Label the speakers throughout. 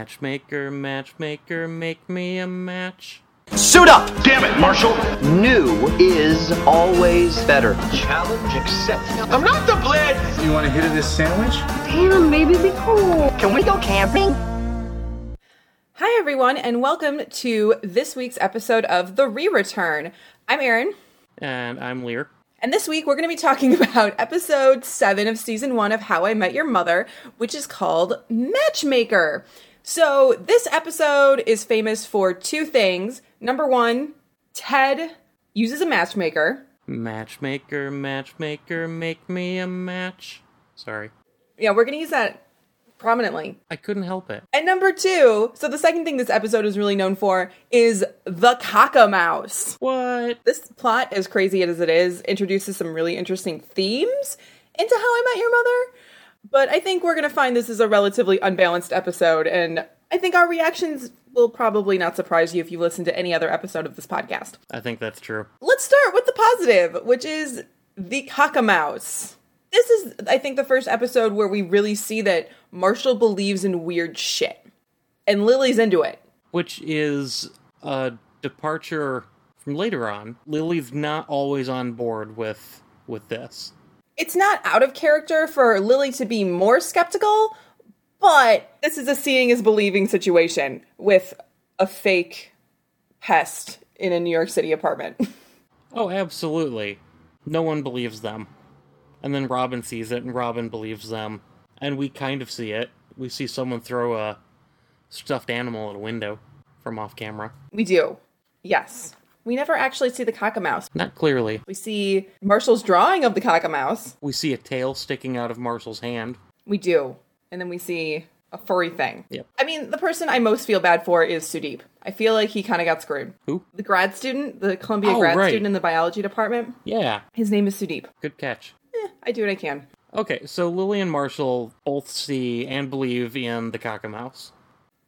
Speaker 1: Matchmaker, matchmaker, make me a match.
Speaker 2: Suit up!
Speaker 3: Damn it, Marshall!
Speaker 2: New is always better.
Speaker 3: Challenge accepted. I'm not the blitz!
Speaker 4: You want a hit of this sandwich?
Speaker 5: Damn, maybe be cool.
Speaker 2: Can we go camping?
Speaker 6: Hi, everyone, and welcome to this week's episode of The Re Return. I'm Erin,
Speaker 1: And I'm Lear.
Speaker 6: and this week we're going to be talking about episode seven of season one of How I Met Your Mother, which is called Matchmaker. So, this episode is famous for two things. Number one, Ted uses a matchmaker.
Speaker 1: Matchmaker, matchmaker, make me a match. Sorry.
Speaker 6: Yeah, we're going to use that prominently.
Speaker 1: I couldn't help it.
Speaker 6: And number two, so the second thing this episode is really known for is the cockamouse.
Speaker 1: What?
Speaker 6: This plot, as crazy as it is, introduces some really interesting themes into How I Met Your Mother. But I think we're going to find this is a relatively unbalanced episode, and I think our reactions will probably not surprise you if you listen to any other episode of this podcast.
Speaker 1: I think that's true.
Speaker 6: Let's start with the positive, which is the cockamouse. This is, I think, the first episode where we really see that Marshall believes in weird shit, and Lily's into it.
Speaker 1: Which is a departure from later on. Lily's not always on board with with this.
Speaker 6: it's not out of character for Lily to be more skeptical, but this is a seeing is believing situation with a fake pest in a New York City apartment.
Speaker 1: Oh, absolutely. No one believes them. And then Robin sees it, and Robin believes them. And we kind of see it. We see someone throw a stuffed animal at a window from off camera.
Speaker 6: we do. Yes. We never actually see the cockamouse.
Speaker 1: Not clearly.
Speaker 6: We see Marshall's drawing of the cockamouse.
Speaker 1: We see a tail sticking out of Marshall's hand.
Speaker 6: We do. And then we see a furry thing.
Speaker 1: Yep.
Speaker 6: I mean, the person I most feel bad for is Sudeep. I feel like he kind of got screwed.
Speaker 1: Who?
Speaker 6: The grad student, the Columbia
Speaker 1: Oh,
Speaker 6: grad
Speaker 1: right.
Speaker 6: student in the biology department,
Speaker 1: Yeah,
Speaker 6: his name is Sudeep.
Speaker 1: good catch.
Speaker 6: Eh, I do what I can.
Speaker 1: Okay, so Lily and Marshall both see and believe in the cockamouse.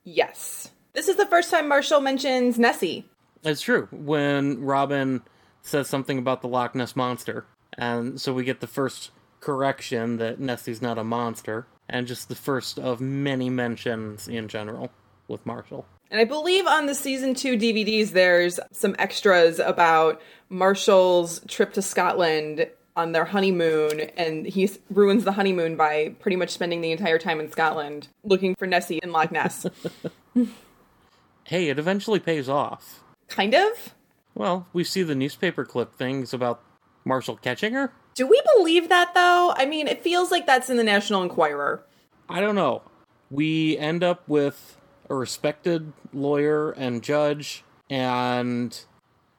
Speaker 6: Yes. This is the first time Marshall mentions Nessie.
Speaker 1: It's true. When Robin says something about the Loch Ness monster, and so we get the first correction that Nessie's not a monster, and just the first of many mentions in general with Marshall.
Speaker 6: And I believe on the season two DVDs, there's some extras about Marshall's trip to Scotland on their honeymoon, and he s- ruins the honeymoon by pretty much spending the entire time in Scotland looking for Nessie in Loch Ness.
Speaker 1: Hey, it eventually pays off.
Speaker 6: kind of?
Speaker 1: Well, we see the newspaper clip things about Marshall catching her.
Speaker 6: Do we believe that though? I mean, it feels like that's in the National Enquirer.
Speaker 1: I don't know. We end up with a respected lawyer and judge, and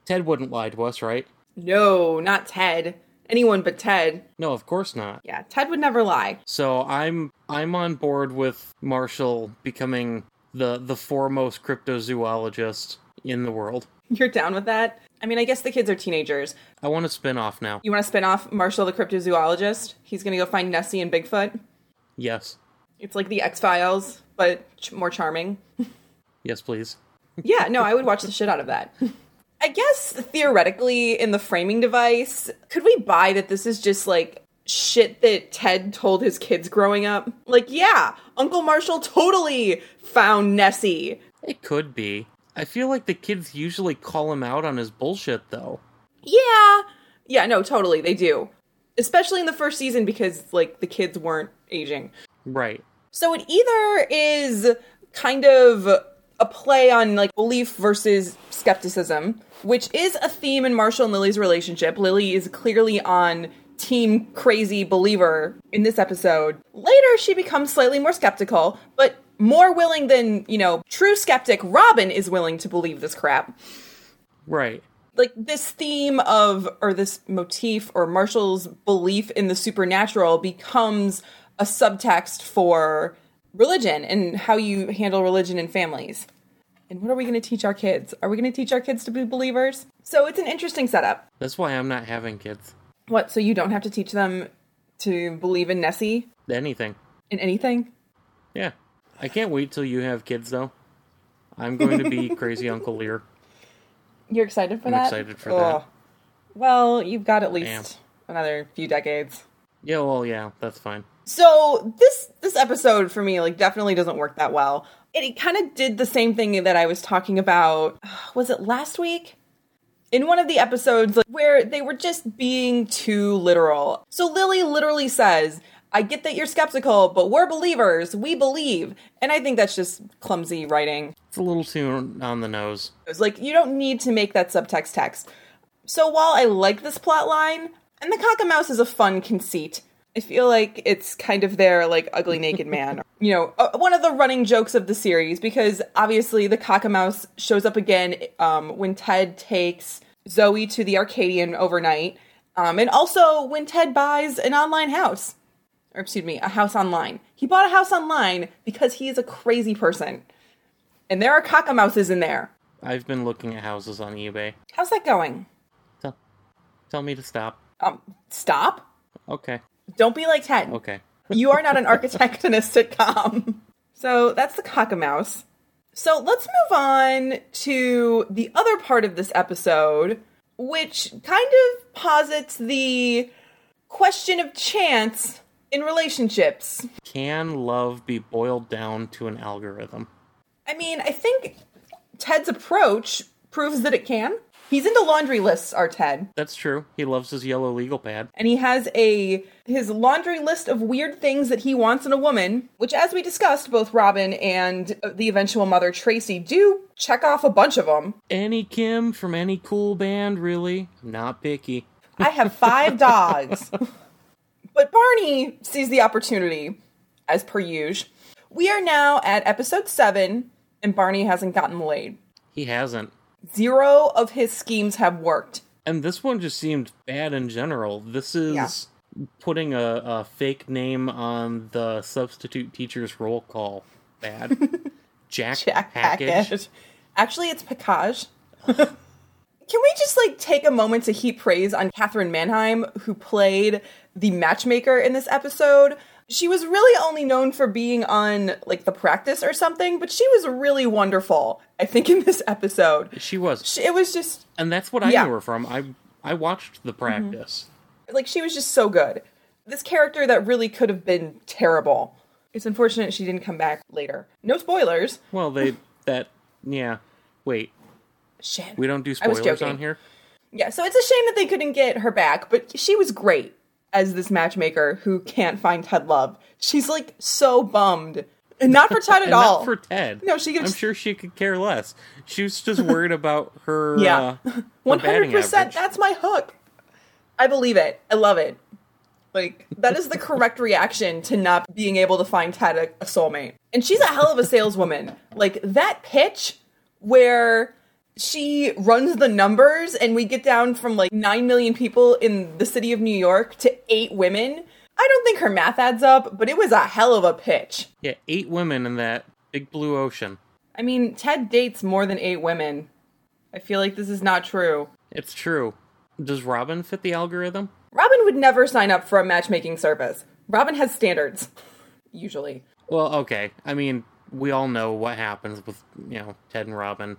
Speaker 1: Ted wouldn't lie to us, right?
Speaker 6: No, not Ted. Anyone but Ted.
Speaker 1: No, of course not.
Speaker 6: Yeah, Ted would never lie.
Speaker 1: So I'm I'm on board with Marshall becoming the the foremost cryptozoologist in the world.
Speaker 6: You're down with that? I mean, I guess the kids are teenagers.
Speaker 1: I want a spin off now.
Speaker 6: You want to spin off Marshall the cryptozoologist? He's going to go find Nessie and Bigfoot.
Speaker 1: Yes.
Speaker 6: It's like the X Files, but ch- more charming.
Speaker 1: Yes, please.
Speaker 6: yeah, no, I would watch the shit out of that. I guess theoretically, in the framing device, could we buy that this is just like shit that Ted told his kids growing up? Like, yeah, Uncle Marshall totally found Nessie.
Speaker 1: It could be. I feel like the kids usually call him out on his bullshit though.
Speaker 6: Yeah. Yeah, no, totally. They do. Especially in the first season because, like, the kids weren't aging.
Speaker 1: Right.
Speaker 6: So it either is kind of a play on like belief versus skepticism, which is a theme in Marshall and Lily's relationship. Lily is clearly on team crazy believer in this episode. Later she becomes slightly more skeptical, but more willing than, you know, true skeptic Robin is willing to believe this crap
Speaker 1: Right.
Speaker 6: like this theme of or this motif or Marshall's belief in the supernatural becomes a subtext for religion and how you handle religion in families. And what are we going to teach our kids? Are we going to teach our kids to be believers? So it's an interesting setup.
Speaker 1: That's why I'm not having kids.
Speaker 6: What? So you don't have to teach them to believe in Nessie
Speaker 1: Anything.
Speaker 6: in anything?
Speaker 1: Yeah. I can't wait till you have kids though. I'm going to be crazy Uncle Lear.
Speaker 6: You're excited for
Speaker 1: I'm
Speaker 6: that?
Speaker 1: excited for that.
Speaker 6: Well, you've got at least another few decades.
Speaker 1: Yeah, well yeah, that's fine.
Speaker 6: So this this episode for me like definitely doesn't work that well. it, it kind of did the same thing that I was talking about. Was it last week? In one of the episodes like, where they were just being too literal. So Lily literally says, I get that you're skeptical, but we're believers. We believe. And I think that's just clumsy writing.
Speaker 1: It's a little too on the nose.
Speaker 6: It's Like, you don't need to make that subtext text. So while I like this plot line, and the cock and mouse is a fun conceit, I feel like it's kind of their like ugly naked man, you know, uh, one of the running jokes of the series because obviously the cock and mouse shows up again um, when Ted takes Zoe to the Arcadian overnight, um, and also when Ted buys an online house, or excuse me, a house online. He bought a house online because he is a crazy person, and there are cockamouses in there.
Speaker 1: I've been looking at houses on eBay.
Speaker 6: How's that going?
Speaker 1: Tell, tell me to stop.
Speaker 6: Um, stop.
Speaker 1: Okay.
Speaker 6: Don't be like Ted.
Speaker 1: Okay.
Speaker 6: You are not an architect in a sitcom. So that's the cockamouse. So let's move on to the other part of this episode, which kind of posits the question of chance in relationships.
Speaker 1: Can love be boiled down to an algorithm?
Speaker 6: I mean, I think Ted's approach proves that it can. He's into laundry lists, our Ted.
Speaker 1: That's true. He loves his yellow legal pad.
Speaker 6: and he has a his laundry list of weird things that he wants in a woman which as we discussed both robin and the eventual mother tracy do check off a bunch of them
Speaker 1: Any Kim from any cool band, really? Not picky.
Speaker 6: i have five dogs but barney sees the opportunity as per usual we are now at episode seven and barney hasn't gotten laid
Speaker 1: He hasn't.
Speaker 6: zero of his schemes have worked
Speaker 1: And this one just seemed bad in general. This is putting a, a fake name on the substitute teacher's roll call. Bad. Jack,
Speaker 6: Jack
Speaker 1: Hackett.
Speaker 6: Hackett. Actually, it's Package. Can we just like take a moment to heap praise on Catherine Manheim, who played the matchmaker in this episode? She was really only known for being on like the practice or something, but she was really wonderful, I think, in this episode.
Speaker 1: She was.
Speaker 6: She, it was just
Speaker 1: And that's what I
Speaker 6: Yeah. Mm-hmm.
Speaker 1: knew her from. I I watched the practice.
Speaker 6: like she was just so good. This character that really could have been terrible. It's unfortunate she didn't come back later. No spoilers.
Speaker 1: Well, they that yeah. Wait,
Speaker 6: Shit.
Speaker 1: we don't do
Speaker 6: I was
Speaker 1: spoilers
Speaker 6: joking.
Speaker 1: on here.
Speaker 6: Yeah, so it's a shame that they couldn't get her back, but she was great as this matchmaker who can't find Ted Love. She's like so bummed. And not for Ted at
Speaker 1: And
Speaker 6: all.
Speaker 1: not for Ted.
Speaker 6: No, she could
Speaker 1: I'm
Speaker 6: just-
Speaker 1: sure she could care less. She was just worried about her.
Speaker 6: Yeah.
Speaker 1: uh, her
Speaker 6: One
Speaker 1: batting
Speaker 6: hundred percent.
Speaker 1: average.
Speaker 6: That's my hook. I believe it. I love it. Like that is the correct reaction to not being able to find Ted a, a soulmate. And she's a hell of a saleswoman. Like that pitch where she runs the numbers and we get down from like nine million people in the city of New York to eight women. I don't think her math adds up, but it was a hell of a pitch.
Speaker 1: Yeah, eight women in that big blue ocean.
Speaker 6: I mean, Ted dates more than eight women. I feel like this is not true.
Speaker 1: It's true. Does Robin fit the algorithm?
Speaker 6: Robin would never sign up for a matchmaking service. Robin has standards, usually.
Speaker 1: Well, okay. I mean, we all know what happens with you know Ted and Robin.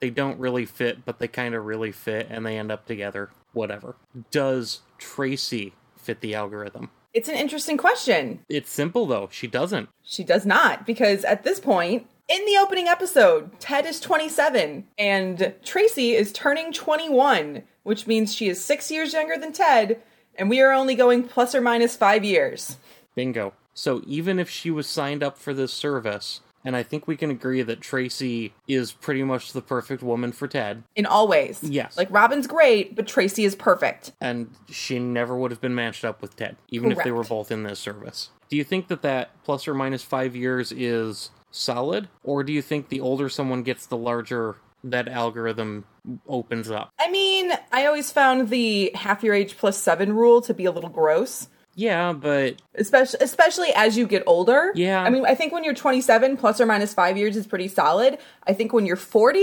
Speaker 1: They don't really fit, but they kind of really fit, and they end up together. Whatever. Does Tracy fit the algorithm?
Speaker 6: It's an interesting question.
Speaker 1: It's simple though. She doesn't.
Speaker 6: She does not, because at this point, in the opening episode, Ted is 27 and Tracy is turning 21, which means she is six years younger than Ted, and we are only going plus or minus five years.
Speaker 1: Bingo. So even if she was signed up for this service, and I think we can agree that Tracy is pretty much the perfect woman for Ted,
Speaker 6: In all ways.
Speaker 1: Yes.
Speaker 6: Like Robin's great, but Tracy is perfect.
Speaker 1: and she never would have been matched up with Ted, even if they were
Speaker 6: Correct.
Speaker 1: both in this service. Do you think that that plus or minus five years is solid, or do you think the older someone gets, the larger that algorithm opens up?
Speaker 6: I mean, I always found the half your age plus seven rule to be a little gross.
Speaker 1: Yeah, but
Speaker 6: especially especially as you get older.
Speaker 1: Yeah.
Speaker 6: I mean, I think when you're 27, plus or minus five years is pretty solid. I think when you're 40,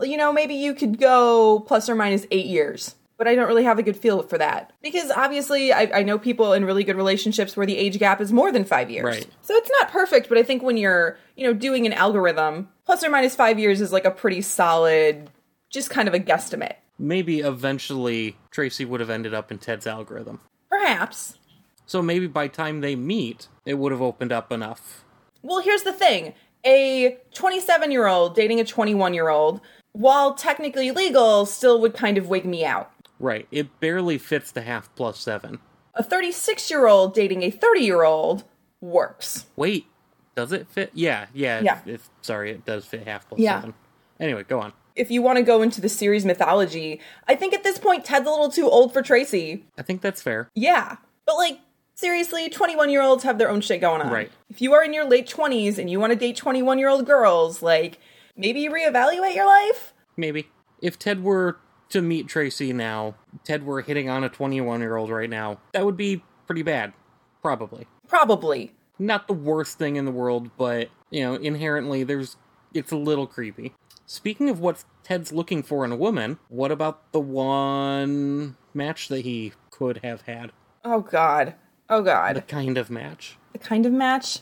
Speaker 6: you know, maybe you could go plus or minus eight years. But I don't really have a good feel for that because obviously I, I know people in really good relationships where the age gap is more than five years.
Speaker 1: Right.
Speaker 6: So it's not perfect, but I think when you're you know doing an algorithm, plus or minus five years is like a pretty solid, just kind of a guesstimate.
Speaker 1: maybe eventually Tracy would have ended up in Ted's algorithm.
Speaker 6: Perhaps
Speaker 1: So maybe by time they meet, it would have opened up enough.
Speaker 6: Well, here's the thing. a 27 year old dating a 21 year old, while technically legal, still would kind of wig me out.
Speaker 1: Right. It barely fits the half plus seven.
Speaker 6: A 36 year old dating a 30 year old works.
Speaker 1: Wait, does it fit? Yeah, yeah.
Speaker 6: Yeah.
Speaker 1: If, sorry, it does fit half plus
Speaker 6: Yeah.
Speaker 1: seven. Anyway, go on.
Speaker 6: If you want to go into the series mythology, I think at this point Ted's a little too old for Tracy.
Speaker 1: I think that's fair.
Speaker 6: Yeah. But like, seriously, 21 year olds have their own shit going on.
Speaker 1: Right.
Speaker 6: If you are in your late 20s and you want to date 21 year old girls, like, maybe reevaluate your life?
Speaker 1: Maybe. If Ted were to meet Tracy now, Ted were hitting on a 21 year old right now, that would be pretty bad. Probably.
Speaker 6: Probably.
Speaker 1: Not the worst thing in the world, but, you know, inherently there's. It's a little creepy. Speaking of what Ted's looking for in a woman, what about the one match that he could have had?
Speaker 6: Oh, God. Oh, God.
Speaker 1: The kind of match.
Speaker 6: The kind of match?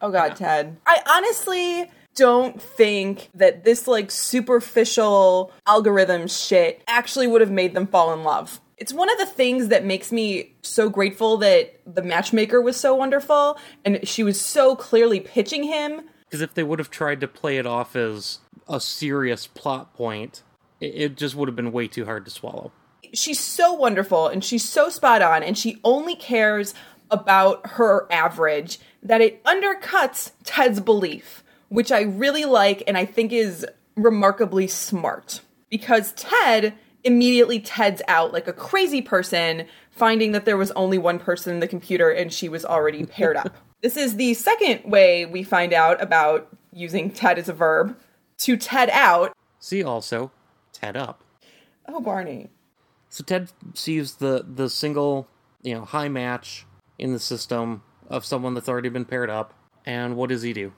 Speaker 6: Oh, God, Ted. I honestly don't think that this, like, superficial algorithm shit actually would have made them fall in love. It's one of the things that makes me so grateful that the matchmaker was so wonderful and she was so clearly pitching him
Speaker 1: Because if they would have tried to play it off as a serious plot point, it, it just would have been way too hard to swallow.
Speaker 6: she's so wonderful and she's so spot on and she only cares about her average that it undercuts Ted's belief, which I really like and I think is remarkably smart because Ted immediately Ted's out like a crazy person finding that there was only one person in the computer and she was already paired up. This is the second way we find out about using Ted as a verb to Ted out.
Speaker 1: See also Ted up.
Speaker 6: Oh, Barney.
Speaker 1: So Ted sees the the single, you know, high match in the system of someone that's already been paired up, and what does he do?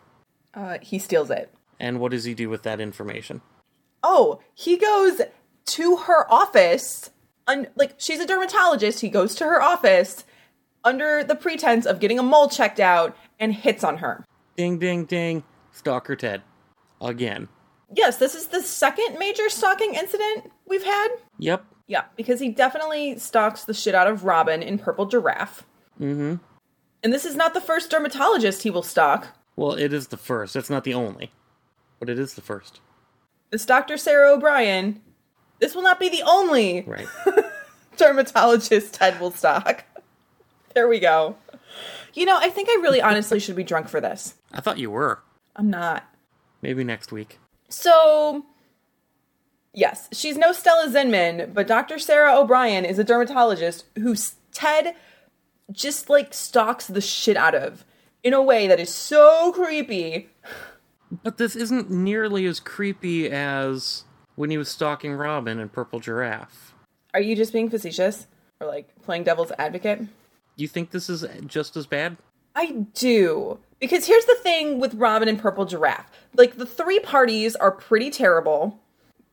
Speaker 6: Uh, he steals it.
Speaker 1: And what does he do with that information?
Speaker 6: Oh, he goes to her office. Un- like she's a dermatologist, he goes to her office under the pretense of getting a mole checked out and hits on her.
Speaker 1: Ding ding ding, stalker Ted, again.
Speaker 6: Yes, this is the second major stalking incident we've had.
Speaker 1: Yep,
Speaker 6: Yeah, because he definitely stalks the shit out of Robin in Purple Giraffe. Mm-hmm. And this is not the first dermatologist he will stalk.
Speaker 1: well it is the first. It's not the only, but it is the first.
Speaker 6: This Dr. Sarah O'Brien. This will not be the only
Speaker 1: Right.
Speaker 6: dermatologist Ted will stalk. There we go. You know, I think I really honestly should be drunk for this.
Speaker 1: I thought you were.
Speaker 6: I'm not.
Speaker 1: Maybe next week.
Speaker 6: So, yes, she's no Stella Zinman, but Dr. Sarah O'Brien is a dermatologist who s- Ted just like stalks the shit out of in a way that is so creepy.
Speaker 1: But this isn't nearly as creepy as when he was stalking Robin in Purple Giraffe.
Speaker 6: Are you just being facetious or like playing devil's advocate?
Speaker 1: You think this is just as bad?
Speaker 6: I do. Because here's the thing with Robin and Purple Giraffe. Like, the three parties are pretty terrible,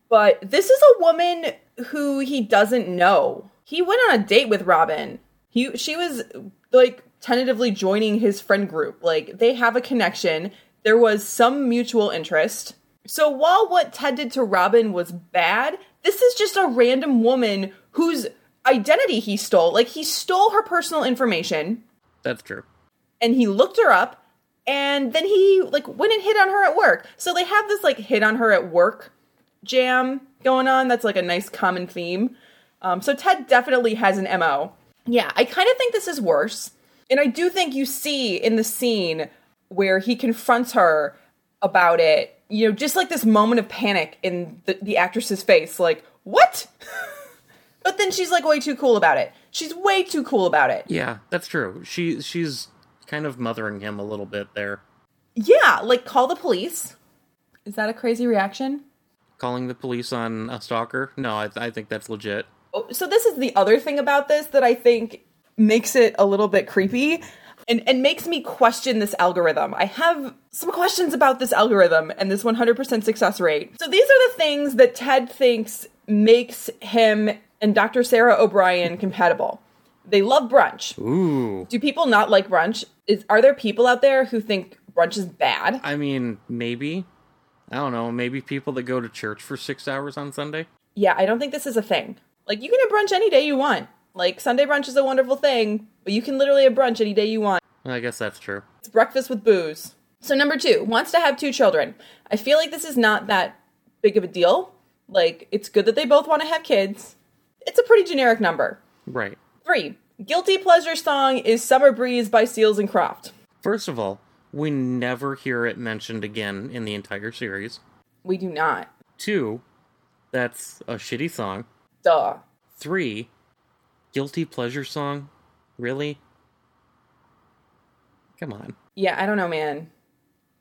Speaker 6: but this is a woman who he doesn't know. He went on a date with Robin. He she was like tentatively joining his friend group. Like they have a connection. There was some mutual interest. So while what Ted did to Robin was bad, this is just a random woman whose identity he stole. Like he stole her personal information
Speaker 1: That's true.
Speaker 6: and he looked her up and then he like went and hit on her at work so they have this like hit on her at work jam going on that's like a nice common theme um, so ted definitely has an mo yeah i kind of think this is worse and i do think you see in the scene where he confronts her about it you know just like this moment of panic in the, the actress's face like what but then she's like way too cool about it she's way too cool about it
Speaker 1: Yeah, that's true. She she's kind of mothering him a little bit there,
Speaker 6: Yeah, like call the police. Is that a crazy reaction?
Speaker 1: calling the police on a stalker. No, I, I think that's legit.
Speaker 6: Oh, So this is the other thing about this that I think makes it a little bit creepy and and makes me question this algorithm. I have some questions about this algorithm and this 100% success rate. So these are the things that Ted thinks makes him and Dr. Sarah O'Brien compatible. They love brunch.
Speaker 1: Ooh.
Speaker 6: Do people not like brunch? Is are there people out there who think brunch is bad?
Speaker 1: I mean, maybe. I don't know. Maybe people that go to church for six hours on Sunday.
Speaker 6: yeah, I don't think this is a thing. Like, you can have brunch any day you want. Like, Sunday brunch is a wonderful thing, but you can literally have brunch any day you want.
Speaker 1: I guess that's true.
Speaker 6: It's breakfast with booze. So number two wants to have two children. I feel like this is not that big of a deal. Like it's good that they both want to have kids. It's a pretty generic number.
Speaker 1: Right.
Speaker 6: Three guilty pleasure song is "Summer Breeze" by Seals and Croft.
Speaker 1: First of all, we never hear it mentioned again in the entire series.
Speaker 6: We do not.
Speaker 1: Two, that's a shitty song.
Speaker 6: Duh.
Speaker 1: Three, guilty pleasure song? Really? Come on.
Speaker 6: Yeah, I don't know, man.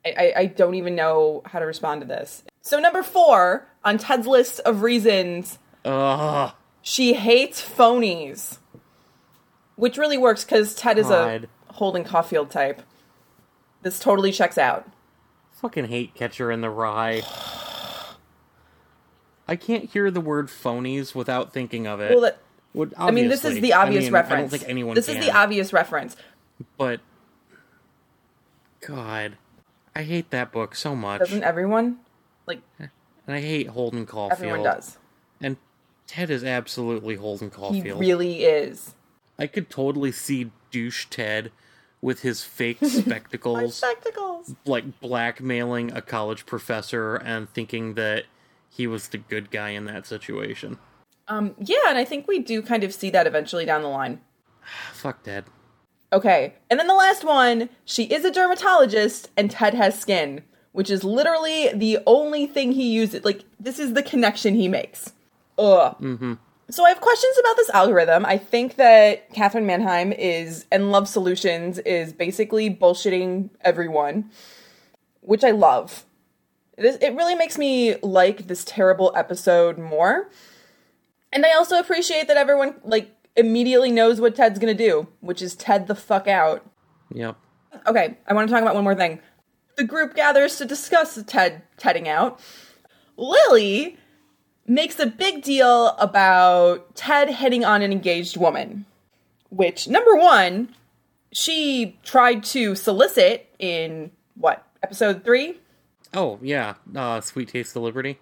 Speaker 6: I, I, I don't even know how to respond to this. So number four on Ted's list of reasons
Speaker 1: Ugh.
Speaker 6: She hates phonies, which really works because Ted is
Speaker 1: God.
Speaker 6: a Holden Caulfield type. This totally checks out.
Speaker 1: Fucking hate catcher in the rye. I can't hear the word phonies without thinking of it.
Speaker 6: Well, that,
Speaker 1: Would-
Speaker 6: I mean, this is
Speaker 1: obviously.
Speaker 6: the obvious
Speaker 1: I mean,
Speaker 6: reference.
Speaker 1: I don't think anyone
Speaker 6: This
Speaker 1: can,
Speaker 6: is the obvious reference.
Speaker 1: But God, I hate that book so much,
Speaker 6: Doesn't everyone? Like
Speaker 1: and I hate Holden Caulfield.
Speaker 6: everyone does.
Speaker 1: And Ted is absolutely Holden
Speaker 6: He
Speaker 1: Caulfield.
Speaker 6: really is.
Speaker 1: I could totally see douche Ted with his fake spectacles,
Speaker 6: Spectacles.
Speaker 1: like blackmailing a college professor and thinking that he was the good guy in that situation.
Speaker 6: Um, yeah, and I think we do kind of see that eventually down the line.
Speaker 1: Fuck Ted.
Speaker 6: Okay. And then the last one, she is a dermatologist and Ted has skin, which is literally the only thing he uses. Like, this is the connection he makes. Ugh. Mm-hmm. So I have questions about this algorithm. I think that Catherine Mannheim is, and Love Solutions is basically bullshitting everyone, which I love. This, it really makes me like this terrible episode more. And I also appreciate that everyone like immediately knows what Ted's gonna do, which is Ted the fuck out.
Speaker 1: Yep.
Speaker 6: Okay, I want to talk about one more thing. The group gathers to discuss the Ted tedding out. Lily makes a big deal about Ted hitting on an engaged woman, which number one, she tried to solicit in what episode three?
Speaker 1: Oh yeah, uh, Sweet Taste of Liberty.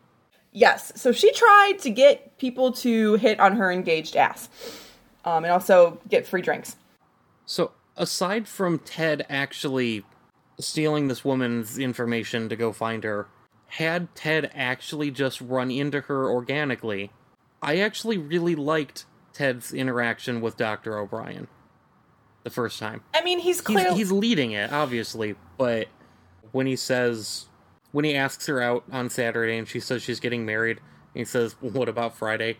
Speaker 6: Yes. So she tried to get people to hit on her engaged ass um, and also get free drinks.
Speaker 1: So, aside from Ted actually stealing this woman's information to go find her, had Ted actually just run into her organically, I actually really liked Ted's interaction with Dr. O'Brien the first time.
Speaker 6: I mean, he's
Speaker 1: He's,
Speaker 6: clearly.
Speaker 1: he's leading it, obviously, but when he says, when he asks her out on Saturday and she says she's getting married, and he says, well, What about Friday?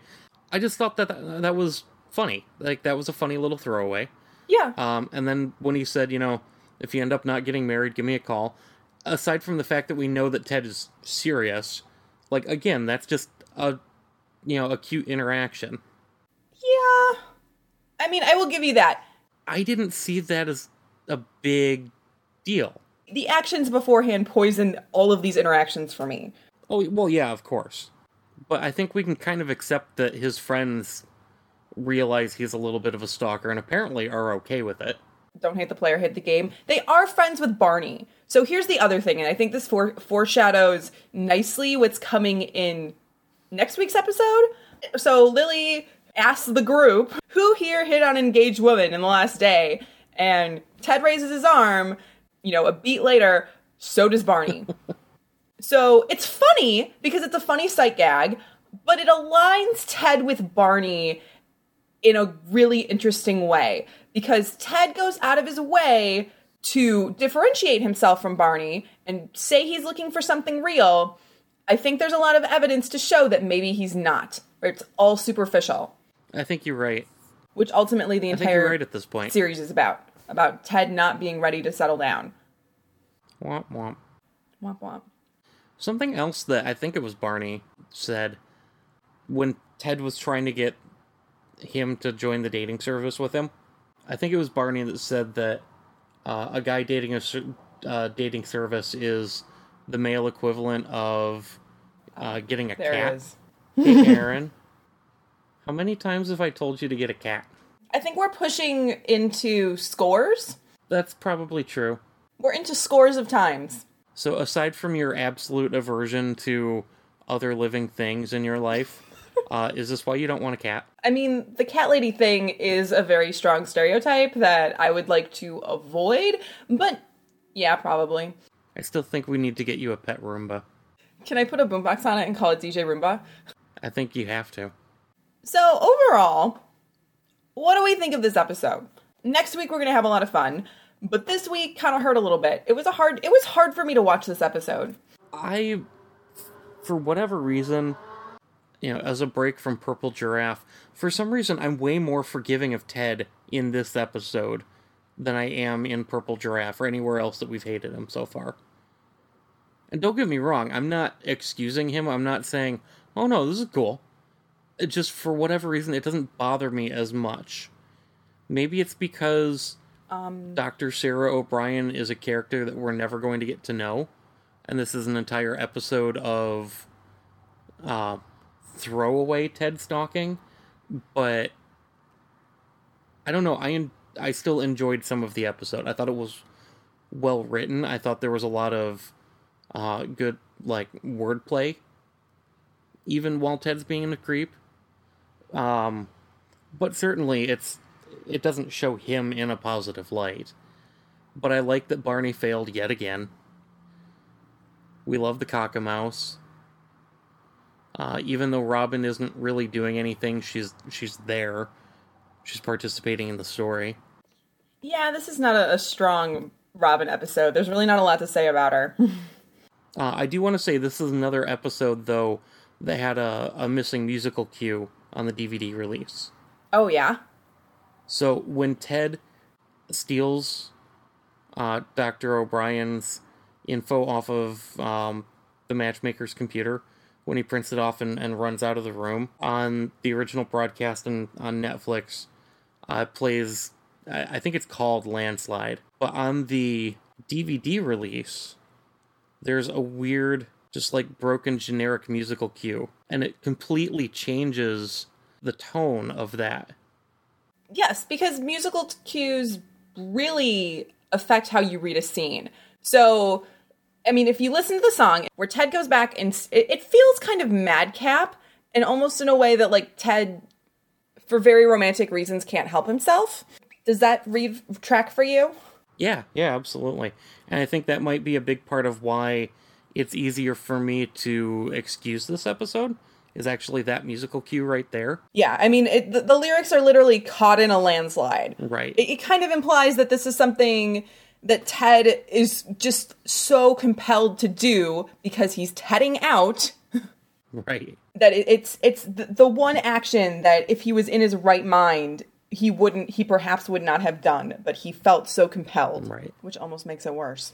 Speaker 1: I just thought that that, that was funny. Like, that was a funny little throwaway.
Speaker 6: yeah.
Speaker 1: Um, and then when he said, you know, if you end up not getting married, give me a call. Aside from the fact that we know that Ted is serious, like again, that's just a you know a cute interaction.
Speaker 6: yeah. I mean, I will give you that.
Speaker 1: I didn't see that as a big deal.
Speaker 6: The actions beforehand poisoned all of these interactions for me.
Speaker 1: Oh well, yeah, of course. But I think we can kind of accept that his friends realize he's a little bit of a stalker and apparently are okay with it.
Speaker 6: Don't hate the player, hate the game. They are friends with Barney. So here's the other thing, and I think this fore- foreshadows nicely what's coming in next week's episode. So Lily asks the group, who here hit on engaged woman in the last day? And Ted raises his arm, you know, a beat later, so does Barney. so it's funny because it's a funny sight gag, but it aligns Ted with Barney in a really interesting way because Ted goes out of his way to differentiate himself from Barney and say he's looking for something real. I think there's a lot of evidence to show that maybe he's not, or it's all superficial,
Speaker 1: I think you're right.
Speaker 6: which ultimately the
Speaker 1: I think you're
Speaker 6: entire
Speaker 1: right at this point.
Speaker 6: series is about about Ted not being ready to settle down.
Speaker 1: Womp womp.
Speaker 6: Womp womp.
Speaker 1: Something else that I think it was Barney said when Ted was trying to get him to join the dating service with him. I think it was Barney that said that uh, a guy dating a ser- uh, dating service is the male equivalent of uh, getting a
Speaker 6: There
Speaker 1: cat.
Speaker 6: it is.
Speaker 1: Hey, Aaron, how many times have I told you to get a cat?
Speaker 6: I think we're pushing into scores.
Speaker 1: That's probably true.
Speaker 6: We're into scores of times.
Speaker 1: So, aside from your absolute aversion to other living things in your life, uh, is this why you don't want a cat?
Speaker 6: I mean, the cat lady thing is a very strong stereotype that I would like to avoid, but yeah, probably.
Speaker 1: I still think we need to get you a pet Roomba.
Speaker 6: Can I put a boombox on it and call it DJ Roomba?
Speaker 1: I think you have to.
Speaker 6: So, overall, what do we think of this episode? Next week we're going to have a lot of fun, but this week kind of hurt a little bit. It was a hard it was hard for me to watch this episode.
Speaker 1: I, for whatever reason, you know, as a break from Purple Giraffe, for some reason I'm way more forgiving of Ted in this episode than I am in Purple Giraffe or anywhere else that we've hated him so far. And don't get me wrong, I'm not excusing him. I'm not saying, oh no, this is cool. It just, for whatever reason, it doesn't bother me as much. Maybe it's because Dr. Sarah O'Brien is a character that we're never going to get to know and this is an entire episode of uh, throwaway Ted stalking, but I don't know. I en- I still enjoyed some of the episode. I thought it was well written. I thought there was a lot of uh, good like wordplay, even while Ted's being a creep. Um, but certainly it's it doesn't show him in a positive light. But I like that Barney failed yet again. We love the cockamouse. Uh, even though Robin isn't really doing anything, she's she's there. She's participating in the story.
Speaker 6: Yeah, this is not a, a strong Robin episode. There's really not a lot to say about her.
Speaker 1: Uh, I do want to say this is another episode though that had a, a missing musical cue on the DVD release.
Speaker 6: oh yeah.
Speaker 1: So when Ted steals uh, Dr. O'Brien's info off of um, the matchmaker's computer, when he prints it off and, and runs out of the room, on the original broadcast and on Netflix, uh, it plays, I, I think it's called Landslide. But on the DVD release, there's a weird, just like broken generic musical cue, and it completely changes the tone of that.
Speaker 6: Yes, because musical t- cues really affect how you read a scene. So, I mean, if you listen to the song where Ted goes back and s- it, it feels kind of madcap and almost in a way that like Ted, for very romantic reasons, can't help himself. Does that read track for you?
Speaker 1: Yeah, yeah, absolutely. And I think that might be a big part of why it's easier for me to excuse this episode is actually that musical cue right there.
Speaker 6: Yeah, I mean, it, the, the lyrics are literally caught in a landslide.
Speaker 1: Right.
Speaker 6: It, it kind of implies that this is something that Ted is just so compelled to do because he's tedding out.
Speaker 1: Right.
Speaker 6: that it, it's it's the, the one action that if he was in his right mind he wouldn't he perhaps would not have done but he felt so compelled
Speaker 1: Right.
Speaker 6: which almost makes it worse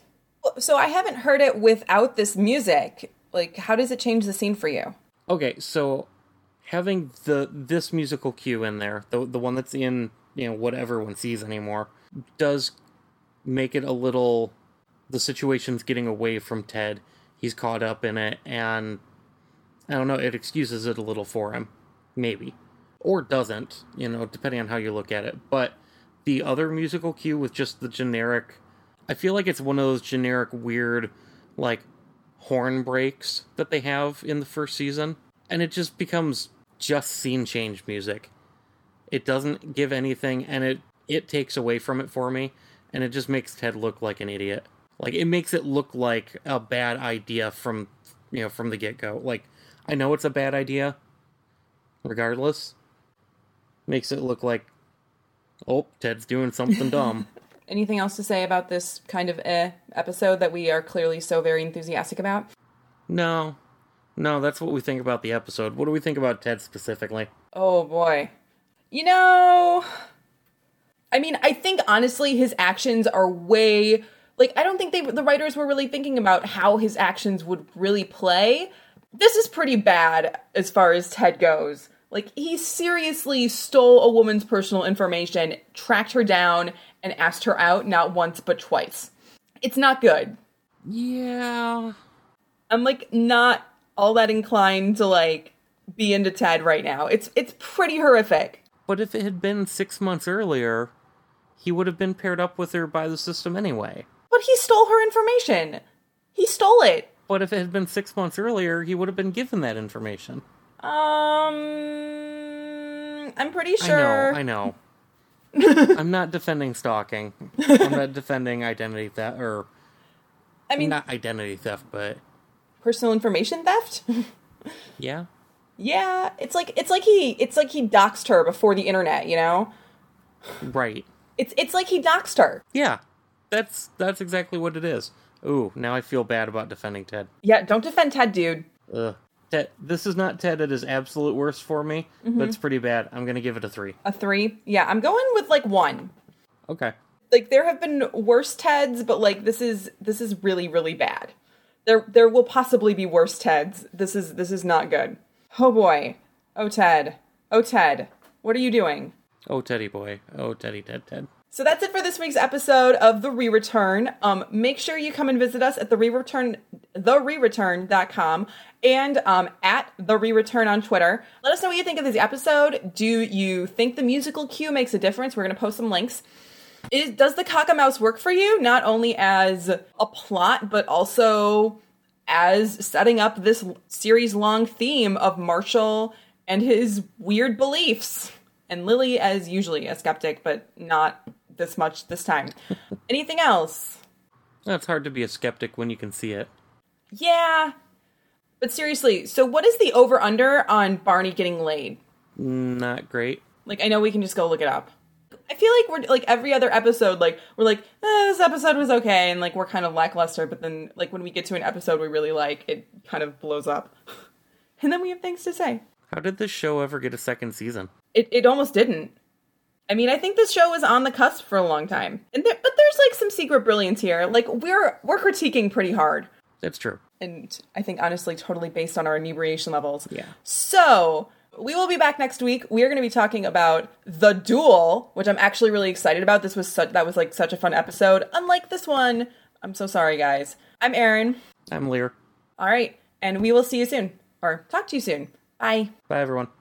Speaker 6: so i haven't heard it without this music like how does it change the scene for you
Speaker 1: Okay, so having the this musical cue in there, the the one that's in, you know, what everyone sees anymore, does make it a little the situation's getting away from Ted. He's caught up in it and I don't know, it excuses it a little for him, maybe. Or doesn't, you know, depending on how you look at it. But the other musical cue with just the generic I feel like it's one of those generic weird like horn breaks that they have in the first season, and it just becomes just scene change music. It doesn't give anything, and it it takes away from it for me, and it just makes Ted look like an idiot. Like it makes it look like a bad idea from you know from the get go. Like I know it's a bad idea, regardless. Makes it look like, oh, Ted's doing something dumb.
Speaker 6: anything else to say about this kind of eh episode that we are clearly so very enthusiastic about
Speaker 1: No. No, that's what we think about the episode. What do we think about Ted specifically?
Speaker 6: Oh boy. You know, I mean, I think honestly his actions are way like I don't think they the writers were really thinking about how his actions would really play. This is pretty bad as far as Ted goes. Like he seriously stole a woman's personal information, tracked her down and asked her out not once but twice. It's not good.
Speaker 1: Yeah.
Speaker 6: I'm like not all that inclined to like be into Ted right now. It's it's pretty horrific.
Speaker 1: But if it had been six months earlier, he would have been paired up with her by the system anyway.
Speaker 6: But he stole her information. He stole it.
Speaker 1: But if it had been six months earlier, he would have been given that information.
Speaker 6: Um, I'm pretty sure.
Speaker 1: I know, I know. I'm not defending stalking. I'm not defending identity that or
Speaker 6: I mean,
Speaker 1: not identity theft, but
Speaker 6: personal information theft.
Speaker 1: yeah.
Speaker 6: yeah, it's like it's like he it's like he doxed her before the internet. You know,
Speaker 1: Right.
Speaker 6: it's it's like he doxed her.
Speaker 1: Yeah. That's that's exactly what it is. Ooh, now I feel bad about defending Ted.
Speaker 6: Yeah, don't defend Ted, dude.
Speaker 1: Ugh. Ted, this is not Ted at his absolute worst for me, but it's pretty bad. I'm gonna give it a three.
Speaker 6: A three. Yeah, I'm going with like one.
Speaker 1: Okay.
Speaker 6: Like there have been worse Teds, but like this is this is really really bad. There there will possibly be worse Teds. This is this is not good. Oh boy. Oh Ted. Oh Ted. What are you doing?
Speaker 1: Oh, Teddy boy. Oh, Teddy, Ted, Ted.
Speaker 6: So that's it for this week's episode of The Re-Return. Um, make sure you come and visit us at the re-return the re-return.com and um, at the re-return on Twitter. Let us know what you think of this episode. Do you think the musical cue makes a difference? We're gonna post some links. Is, does the cock and mouse work for you not only as a plot but also as setting up this series long theme of Marshall and his weird beliefs and Lily as usually a skeptic but not this much this time. Anything else?
Speaker 1: That's hard to be a skeptic when you can see it.
Speaker 6: Yeah. But seriously, so what is the over under on Barney getting laid?
Speaker 1: Not great.
Speaker 6: Like I know we can just go look it up. I feel like we're like every other episode, like we're like eh, this episode was okay, and like we're kind of lackluster. But then like when we get to an episode we really like, it kind of blows up, and then we have things to say.
Speaker 1: How did this show ever get a second season?
Speaker 6: It it almost didn't. I mean, I think this show was on the cusp for a long time, and there, but there's like some secret brilliance here. Like we're we're critiquing pretty hard,
Speaker 1: That's true.
Speaker 6: and I think honestly, totally based on our inebriation levels.
Speaker 1: Yeah.
Speaker 6: So we will be back next week. We are going to be talking about the duel, which I'm actually really excited about. This was such that was like such a fun episode, unlike this one. I'm so sorry, guys. I'm Erin.
Speaker 1: I'm Lear.
Speaker 6: All right, and we will see you soon, or talk to you soon. Bye.
Speaker 1: Bye, everyone.